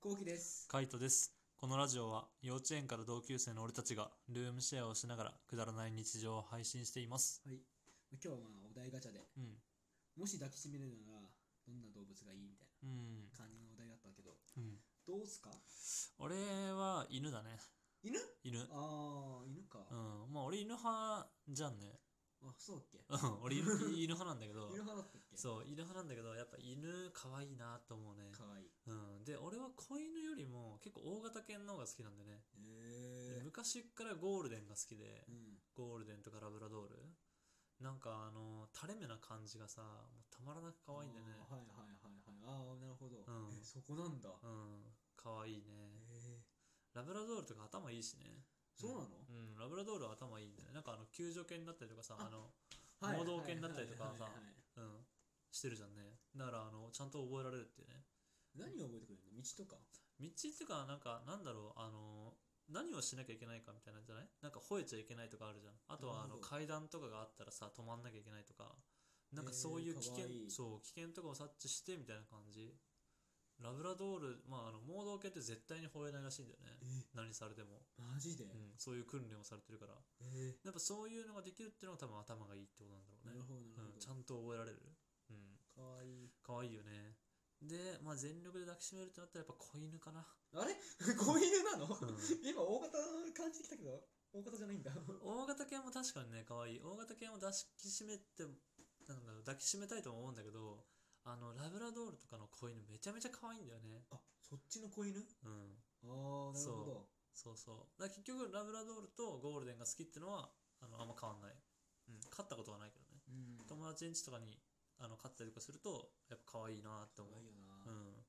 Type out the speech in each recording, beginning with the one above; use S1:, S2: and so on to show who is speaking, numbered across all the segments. S1: こうきです。
S2: カイトです。このラジオは幼稚園から同級生の俺たちがルームシェアをしながらくだらない日常を配信しています。
S1: はい。今日はまあお題ガチャで、
S2: うん。
S1: もし抱きしめるならどんな動物がいいみたい
S2: うん。
S1: な感じのお題だったけど、
S2: うん。
S1: どうすか
S2: 俺は犬だね。
S1: 犬
S2: 犬。うん。
S1: ああ、犬か。
S2: まあ俺犬派じゃんね。
S1: あ、そうだっけ
S2: うん。俺犬犬派なんだ けど
S1: 犬。派だったっけ
S2: そう、犬派なんだけど、やっぱ犬可愛いなと思うね。
S1: かわいい。
S2: うん。で、俺は子犬よりも結構大型犬の方が好きなんだよね。
S1: へ
S2: で
S1: え。
S2: 昔からゴールデンが好きで
S1: う。ん。
S2: ゴールデンとかラブラドールなんかあの垂れ目な感じがさもうたまらなく可愛いんだよね
S1: あーはいはいはいはい。ああ、なるほど。
S2: うん
S1: えそこなんだ。
S2: うん可愛いね
S1: へえ。
S2: ラブラドールとか頭いいしね
S1: そうなの
S2: うん、ラブラドールは頭いいんだよねなんかあの救助犬だったりとかさ
S1: あ
S2: あの
S1: はい
S2: 盲導犬だったりとかさ
S1: はいはいはいはい
S2: うんしてるじゃんねだからあのちゃんと覚えられるっていうね
S1: 何を覚えてくれるの道とか。
S2: 道っていうかなんかなんだろうあの何をしなきゃいけないかみたいなんじゃないなんか吠えちゃいけないとかあるじゃんあとはあ
S1: なる
S2: の
S1: ほど
S2: 階段とかがあったらさ止まんなきゃいけないとかなんか
S1: えー
S2: そういう危険、
S1: かわいい
S2: そう危険とかを察知してみたいな感じラブラドールまああの盲導犬って絶対に吠えないらしいんだよね
S1: え、
S2: 何されても、
S1: マジで
S2: うん、そういう訓練をされてるから
S1: え
S2: やっぱそういうのができるっていうのが多分頭がいいってことなんだ
S1: ー。な
S2: ろ
S1: る
S2: うね、
S1: ほどなる
S2: うん、ちゃ
S1: ほ
S2: んと覚えられるうん
S1: ど。かわいい。
S2: 可愛いよねで、まあ、全力で抱きしめるってなったらやっぱ子犬かな
S1: あれ 子犬なの
S2: ん
S1: 今大型感じてきたけど大型じゃないんだ
S2: 大型犬も確かにね可愛い大型犬を抱きしめてなんだろう抱きしめたいとも思うんだけどあのラブラドールとかの子犬めちゃめちゃ可愛いんだよね
S1: あそっちの子犬あ
S2: うん
S1: あーなるほど
S2: そうそうだから結局ラブラドールとゴールデンが好きってのはあのあんま変わんない、うん、飼ったことはないけどね
S1: うんか
S2: 友達ん家とかにあの飼ってたりとかするとやっぱ可愛いなって思う
S1: わいいよ
S2: う
S1: なん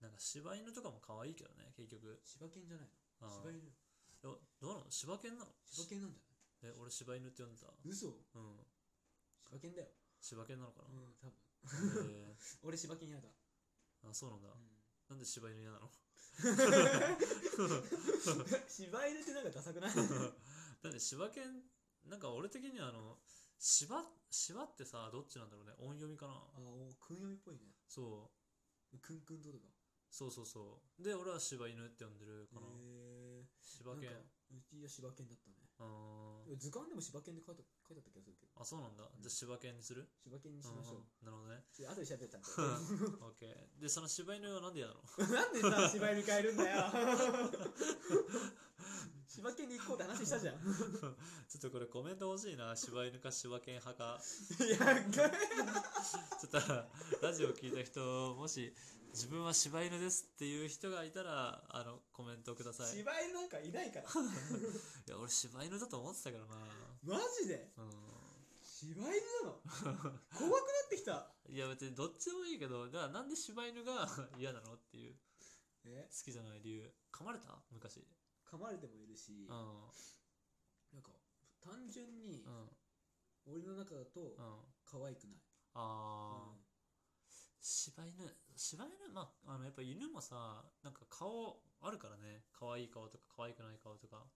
S2: なんか柴犬とかも可愛いけどね結局
S1: 柴犬じゃない
S2: あ
S1: の
S2: ー
S1: 柴犬
S2: いやどうなの柴犬なの
S1: 柴犬なんじゃな
S2: え俺柴犬って呼んでた
S1: い嘘
S2: うん
S1: 柴犬だよ
S2: 柴犬なのか
S1: う
S2: な、
S1: ん多分
S2: へー
S1: 俺柴犬嫌だ
S2: あ、そうなんだ。
S1: うん
S2: なんで柴犬嫌なの
S1: 柴犬ってなんかダサくない
S2: だって柴犬、なんか俺的にはあの、柴、柴ってさ、どっちなんだろうね。音読みかな。
S1: あおくんよみっぽいね
S2: そう。
S1: くんくんととか
S2: そうそうそう。で、俺は柴犬って呼んでるかな。
S1: へえ
S2: 柴犬。
S1: うちは柴犬だったね
S2: あー
S1: 図鑑でも柴犬で書いて書いてあった気がするけど
S2: あ、そうなんだ。
S1: うん
S2: じゃあ柴犬にする
S1: 柴犬にしましょう
S2: うんなるほどね。
S1: ちょ後で喋ってたんと
S2: オッケー。で、その柴犬はなんで 嫌なの
S1: なんでさ、芝居に変えるんだよ。柴犬に行こうって話したじゃん。い
S2: ちょっとこれコメント欲しいな。柴犬か柴犬派か。
S1: や、か
S2: ちょっとラジオ聞いた人、もし自分は柴犬ですっていう人がいたら、あの、コメントください。
S1: 芝居なんかいないから。
S2: いや俺柴犬だと思ってたからな
S1: マジで
S2: う
S1: 柴犬なの怖くなってきた。
S2: んいや別にどっちでもいいけどだからなんで柴犬が 嫌なのっていう
S1: え
S2: 好きじゃない理由噛まれた昔
S1: 噛まれてもいるし、
S2: うん
S1: な
S2: うん
S1: んか、単純に
S2: う、ん
S1: 俺の中だと、可愛くない。
S2: ああ柴犬柴犬まああのやっぱ犬もさなんか顔あるからね可愛い顔とか可愛くない顔とか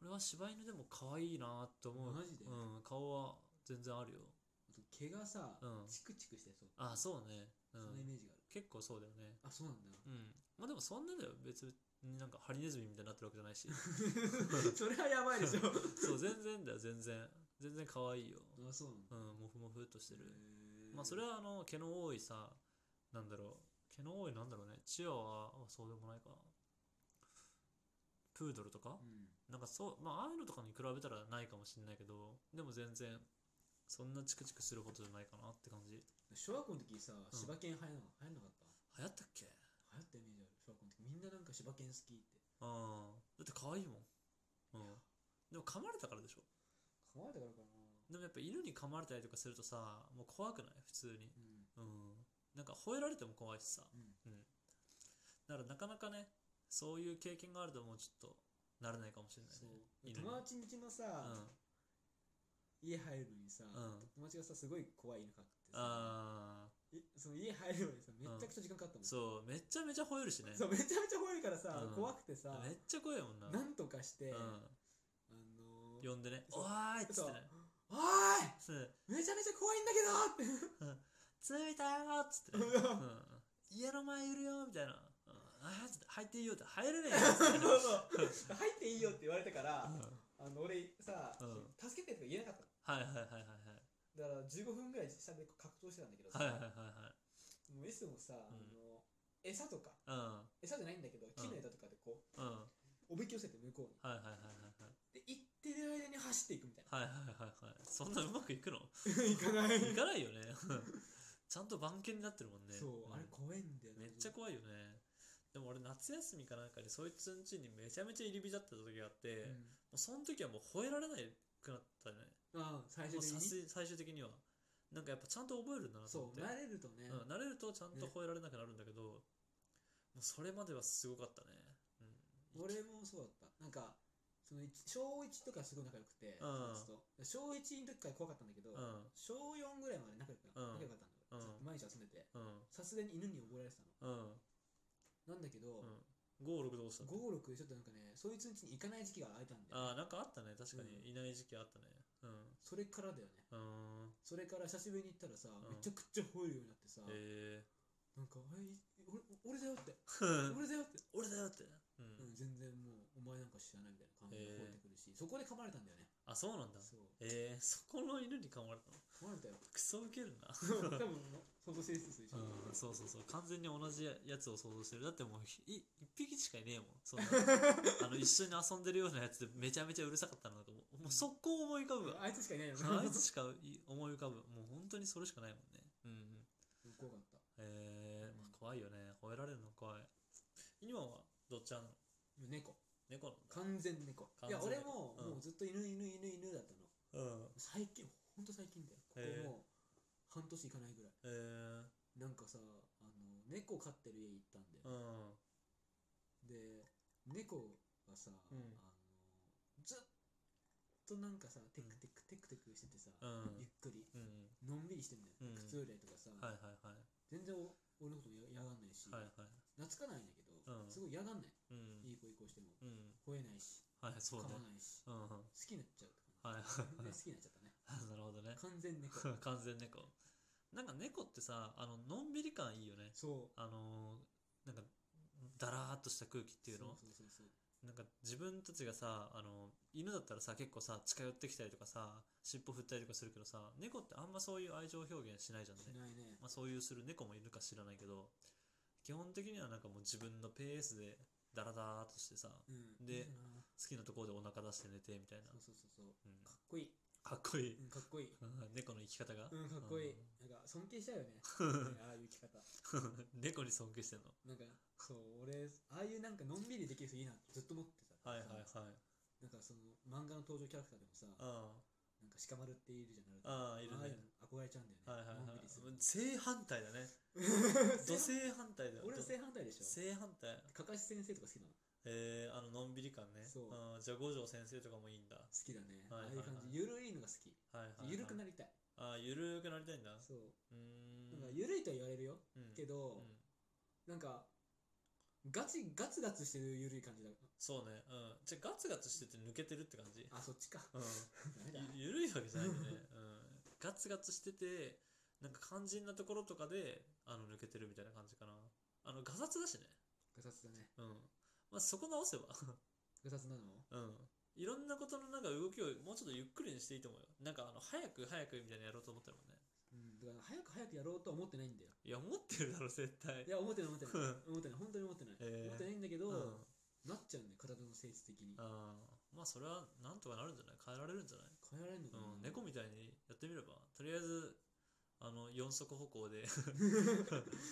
S2: 俺は柴犬でも可愛いなと思う
S1: マジで
S2: うん顔は全然あるよ
S1: あと毛がさ
S2: う、ん
S1: チクチクしてそう。
S2: ああそうねう
S1: そ
S2: ん
S1: のイメージがある。
S2: 結構そうだよね
S1: あ、そうなんだ。
S2: うん。まあでもそんなだよ。別になんかハリネズミみたいになってるわけじゃないし。
S1: それはやばいで しょ。
S2: そう、全然だよ、全然。全然可愛いよ。
S1: あ、そうなんだ。
S2: うん、もふもふっとしてる。
S1: へー
S2: まあそれはあの、毛の多いさ、なんだろう。毛の多いなんだろうね。チワワはそうでもないか。プードルとか
S1: うん
S2: なんかそう、まあああいうのとかに比べたらないかもしれないけど、でも全然、そんなチクチクするほどじゃないかなって感じ。
S1: 小学校の時さ、柴犬流行らな流行んなかった
S2: 流行ったっけ
S1: 流行ったイメージある小学校の時みんななんか柴犬好きって
S2: ああ。だって可愛いもん。うん。でも噛まれたからでしょ。
S1: 噛まれたからかな
S2: でもやっぱ犬に噛まれたりとかするとさ、もう怖くない普通に。
S1: うん
S2: うん。なんか吠えられても怖いしさ。
S1: うん
S2: うん。だからなかなかね、そういう経験があるともうちょっとなれないかもしれない
S1: そう
S2: ね。犬に
S1: 友達ん家のさ、家入るのにさ、
S2: う
S1: 友
S2: ん。うん。
S1: 達がさすごい怖い犬飼ってさ
S2: ああ、
S1: えその家入るのにさめちゃくちゃ時間かかったもん、
S2: そう、めっちゃめちゃ吠えるしね。
S1: そうめちゃめちゃ吠えるからさ、
S2: うん
S1: 怖くてさ
S2: めっちゃ怖いもんな。
S1: なんとかして、
S2: う
S1: あ
S2: ん。
S1: のー、
S2: 呼んでね、
S1: そう
S2: おーいっつっ
S1: そ
S2: て
S1: う
S2: ね。
S1: おーい
S2: そう
S1: めちゃめちゃ怖いんだけどって
S2: 着いたよーっつってね。うん。家の前いるよーみたいな。うんあーっつって。入っていいよって入れねえよっつってね
S1: 入っていいよって言われたから
S2: うん、
S1: あの俺さ、
S2: うん
S1: 助けてとか言えなかった
S2: はいはいはいはい
S1: のだから15分ぐらい下で格闘してたんだけどさ、
S2: はいはいはいはい
S1: もういつもさ、あの餌とか
S2: はい
S1: 餌じゃないんだけど木の枝とかでこ
S2: うんう
S1: うお
S2: ん
S1: びき寄せて向こうに
S2: はいはいはいはい
S1: で行ってる間に走っていくみ たいな
S2: はいはいはいはいはいそんなうまくいくの
S1: 行かない
S2: いかないよねちゃんと番犬になってるもんね
S1: そう、
S2: ん
S1: あれ怖いんだよ
S2: めっちゃ怖いよねでも俺夏休みかなんかにそいつん家にめちゃめちゃ入り浸ってた時があって、
S1: い
S2: もうその時はもう吠えられないくなったね
S1: ああ最初
S2: もう
S1: 的
S2: さ
S1: に
S2: す最終的にはなんかやっぱちゃんと覚えるんだなと
S1: そ
S2: 思っ
S1: う
S2: て
S1: 慣れるとね、
S2: うん、慣れるとちゃんと吠えられなくなるんだけど、もうそれまではすごかったね、うん、
S1: 俺もそうだったなんかその一小1とかすごい仲良くて、
S2: うん
S1: そいつと小1の時から怖かったんだけど、
S2: うん
S1: 小4ぐらいまで仲良くな
S2: うん
S1: 仲良かったんだよ、
S2: うん
S1: 毎日遊んでて
S2: うん
S1: さすがに犬に溺れられてたの
S2: うん
S1: なんだけど、
S2: うん56どうしたの
S1: 56でちょっとなんかねそいつの家に行かない時期が空いたんで、
S2: ああなんかあったね確か
S1: うん
S2: にいない時期あったね
S1: それからだよね
S2: うんうん
S1: それから久しぶりに行ったらさ、
S2: ん
S1: めちゃくちゃ吠えるようになってさ、
S2: え
S1: なんかあれい俺俺だよって
S2: ー、
S1: 俺だよって、
S2: 俺だよって、うん
S1: うん、全然もうお前なんか知らないみたいな感じで吠えてくるし、そこで噛まれたんだよね
S2: あそうなんだ
S1: そう
S2: えー、そこの犬に噛まれたの
S1: 噛まれたよ
S2: クソウケるな
S1: 多分相当性質でしょ、
S2: うんそうそうそう完全に同じやつを想像してるだってもうひい一匹しかいねえもん そんなあの一緒に遊んでるようなやつでめちゃめちゃうるさかったのなんかもうもう速攻思い浮かぶわ
S1: あいつしかいないよな
S2: あいつしかい思い浮かぶもう本当にそれしかないもんねうんうん
S1: 怖かった
S2: えーまあ、怖いよね吠えられるの怖い今はどっちなの
S1: 猫
S2: 猫なんだ
S1: 完全猫
S2: 完
S1: いや
S2: 全
S1: 俺も、
S2: うん
S1: もうずっと犬犬犬犬だったの
S2: うん
S1: 最近ほんと最近だよこ
S2: へえ
S1: こもう半年いかないぐらい
S2: えー、
S1: なんかさあの猫飼ってる家行ったんだ
S2: う
S1: よ、
S2: ん
S1: で猫がさ、
S2: うん
S1: あのずっとなんかさテクテクテクテクしててさ、
S2: うん
S1: ゆっくり
S2: うん
S1: のんびりしてんだよ、
S2: うん
S1: 靴売れとかさ、
S2: はいはいはい
S1: 全然お俺のことや嫌がんないし、
S2: はいはい
S1: 懐かないんだけど、
S2: うん
S1: すごい嫌がんない
S2: うん
S1: いい子いい子しても
S2: うん
S1: 吠えないし
S2: はいそう
S1: 噛
S2: ね
S1: まないし
S2: うんうん
S1: 好きになっちゃうっ て
S2: はいはい
S1: 感
S2: は
S1: じ
S2: い
S1: ね好きになっちゃったね
S2: なる
S1: 完全猫
S2: ほどね完全猫なんか猫ってさあののんびり感いいよね
S1: そう
S2: あのーなんかだらーっとした空気っていうの
S1: そうそうそう
S2: なんか自分たちがさあの犬だったらさ結構さ近寄ってきたりとかさ尻尾振ったりとかするけどさ猫ってあんまそういう愛情表現しないじゃん
S1: し
S2: ね、
S1: ないね
S2: まあ、そういうする猫もいるか知らないけど基本的にはなんかもう自分のペースでダラダラーっとしてさ好
S1: うん
S2: で
S1: いいよな
S2: きなところでお腹出して寝てみたいな
S1: そう、そうそうそう
S2: うん
S1: かっこいい、
S2: かっこいい、
S1: うん、かっこいい
S2: 猫の生き方が、
S1: うんかっこいい
S2: うん
S1: なんか尊敬しちゃうよねねああいう生き方
S2: 猫に尊敬してんの
S1: なんかそう俺ああいうなんかのんびりできる人いいなってずっと思ってた
S2: はいはいはい
S1: なんかその漫画の登場キャラクターでもさなんか
S2: あ
S1: 鹿丸っているじゃんなると
S2: あああいるね
S1: ああいうの憧れちゃうんだよね
S2: はいはい
S1: のん
S2: は
S1: びりする
S2: い正反対だね土正反対だよ
S1: 俺は正反対でしょ
S2: 正反対
S1: かかし先生とか好きなの
S2: えー、あののんびり感ね
S1: そう
S2: あーじゃあ五条先生とかもいいんだ
S1: 好きだね、
S2: はい
S1: ああいう感
S2: はいはい
S1: じゆるいのが好き
S2: はいはい、はい、
S1: ゆるくなりたい、
S2: あーゆるくなりたいんだう
S1: そう
S2: ーん
S1: なんかゆるいとは言われるよ、
S2: うん
S1: け
S2: う
S1: ど、
S2: ん
S1: なんかガチガツガツしてるゆるい感じだ
S2: そうねうんじゃあガツガツしてて抜けてるって感じ
S1: あそっ ちか
S2: うん
S1: ダメだ
S2: ゆゆるいわけじゃないよね、うん、ガツガツしててなんか肝心なところとかであの抜けてるみたいな感じかなあのガサツだしね
S1: ガサツだね
S2: うんまあそこ直せば
S1: ガサツなの
S2: うん。いろんなことのなんか動きをもうちょっとゆっくりにしていいと思うよ。なんかあの、早く早くみたいなのやろうと思ってるもんね。
S1: うんだから早く早くやろうとは思ってないんだよ
S2: いや、思ってるだろ、絶対。
S1: いや思ってない思ってない 思ってない本当に思ってない、
S2: へえ
S1: 思ってないんだけど、
S2: うん。
S1: なっちゃうんだよ体の性質的に
S2: あーまあ、それはなんとかなるんじゃない変えられるんじゃない
S1: 変えられるのかな
S2: う、ん。猫みたいにやってみれば、とりあえず、あの、四足歩行で起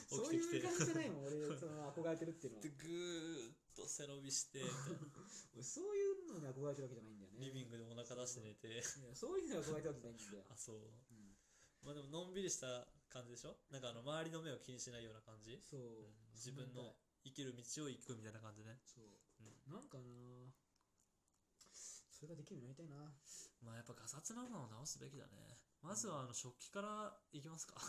S1: そう
S2: きてき
S1: い
S2: て。
S1: う感じじゃないもん俺その憧れてるっていうのは
S2: で、 ぐーっと背伸びして、みたいな
S1: 俺そういうのに憧れてるわけじゃないんだよね
S2: リビングでお腹出して寝て。
S1: いやそういうのに憧れてるわけじゃないんだよ
S2: あ、そう。
S1: うん
S2: まあでも、のんびりした感じでしょなんかあの、周りの目を気にしないような感じ
S1: そう、
S2: 自分の生きる道を行くみたいな感じね。
S1: そう
S2: うん
S1: なんかなそれができるようになりたいな
S2: まあやっぱガサツなのを直すべきだね。まずはあの食器からいき ますか。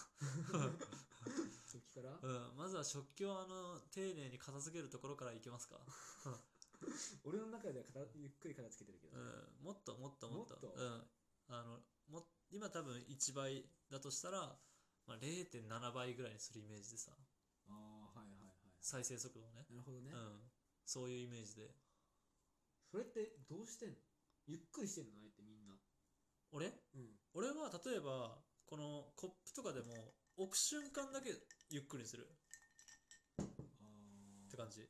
S1: 食器から
S2: うん、まずは食器をあの丁寧に片付けるところからいきますか。
S1: 俺の中では片ゆっくり片付けてるけど、
S2: うん、もっともっともっと。
S1: もっと
S2: うん、あのも今多分1倍だとしたら、まあ、0.7倍ぐらいにするイメージでさ、
S1: ああはいはいはい
S2: 再生速度をね。
S1: なるほどね、
S2: うん、そういうイメージで
S1: それってどうしてんのゆっくりしてんのあえてみんな
S2: 俺
S1: うん
S2: 俺は例えばこのコップとかでも置く瞬間だけゆっくりにするって感じ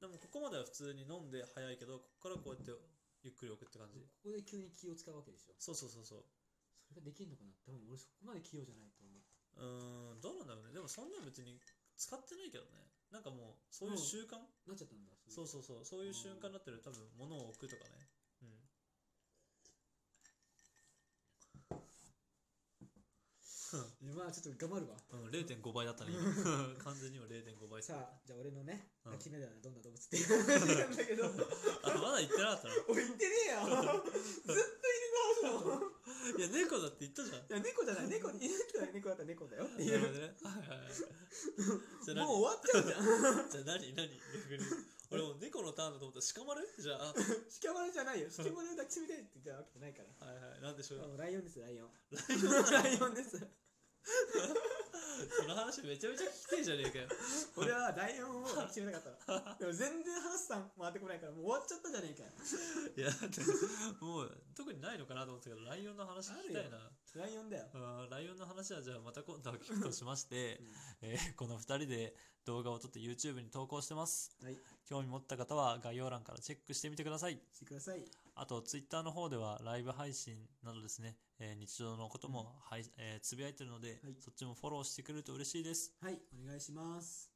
S2: でもここまでは普通に飲んで早いけどここからこうやってゆっくり置くって感じ
S1: ここで急に気を使うわけでしょ
S2: そうそうそうそう
S1: それができんのかな多分俺そこまで器用じゃないと思う
S2: うーんどうなんだろうねでもそんなん別に使ってないけどねなんかもうそういう習慣、
S1: なっちゃったんだ
S2: そう
S1: う
S2: そうそうそういう瞬間になってる多分物を置くとかねうん
S1: まあちょっと頑張るわ
S2: うん0.5倍だったね今 完全に今0.5倍
S1: さあじゃあ俺のね
S2: うん
S1: 決めたらどんな動物っていう話なんだけ ど
S2: あまだ言ってなかったの
S1: 俺言ってね えよずっと入れ直すの
S2: いや猫だって言ったじゃん
S1: いや猫じゃない猫犬じゃない猫だったら猫だよってい
S2: なるほ
S1: う
S2: どねはいはいはいじゃあ
S1: もう
S2: 何
S1: 終わっちゃう じゃん
S2: じゃあ何何逆 に俺もう猫のターンだと思ったら鹿丸 じゃあ
S1: しきまれじゃないよしきまれを抱きしめたいって言ったわけじゃないから
S2: あはいはいなんでしょう
S1: あ
S2: か
S1: もうライオンですライオン ライオンです
S2: その話めちゃめちゃ聞きてえじゃねえかよ
S1: 俺はライオンを抱きしめたかったのでも全然話さん回ってこないからもう終わっちゃったじゃねえかよ
S2: いやだってもう特にないのかなと思ったけどライオンの話聞きたいな
S1: ライオンだよ
S2: あーライオンの話はじゃあまた今度聞くとしまして、えーこの2人で動画を撮って YouTube に投稿してます
S1: はい
S2: 興味持った方は概要欄からチェックしてみてください
S1: してください
S2: あと Twitter の方ではライブ配信などですね、えー日常のこともはい、えーつぶやいてるので、
S1: はい
S2: そっちもフォローしてくれると嬉しいです
S1: はいお願いします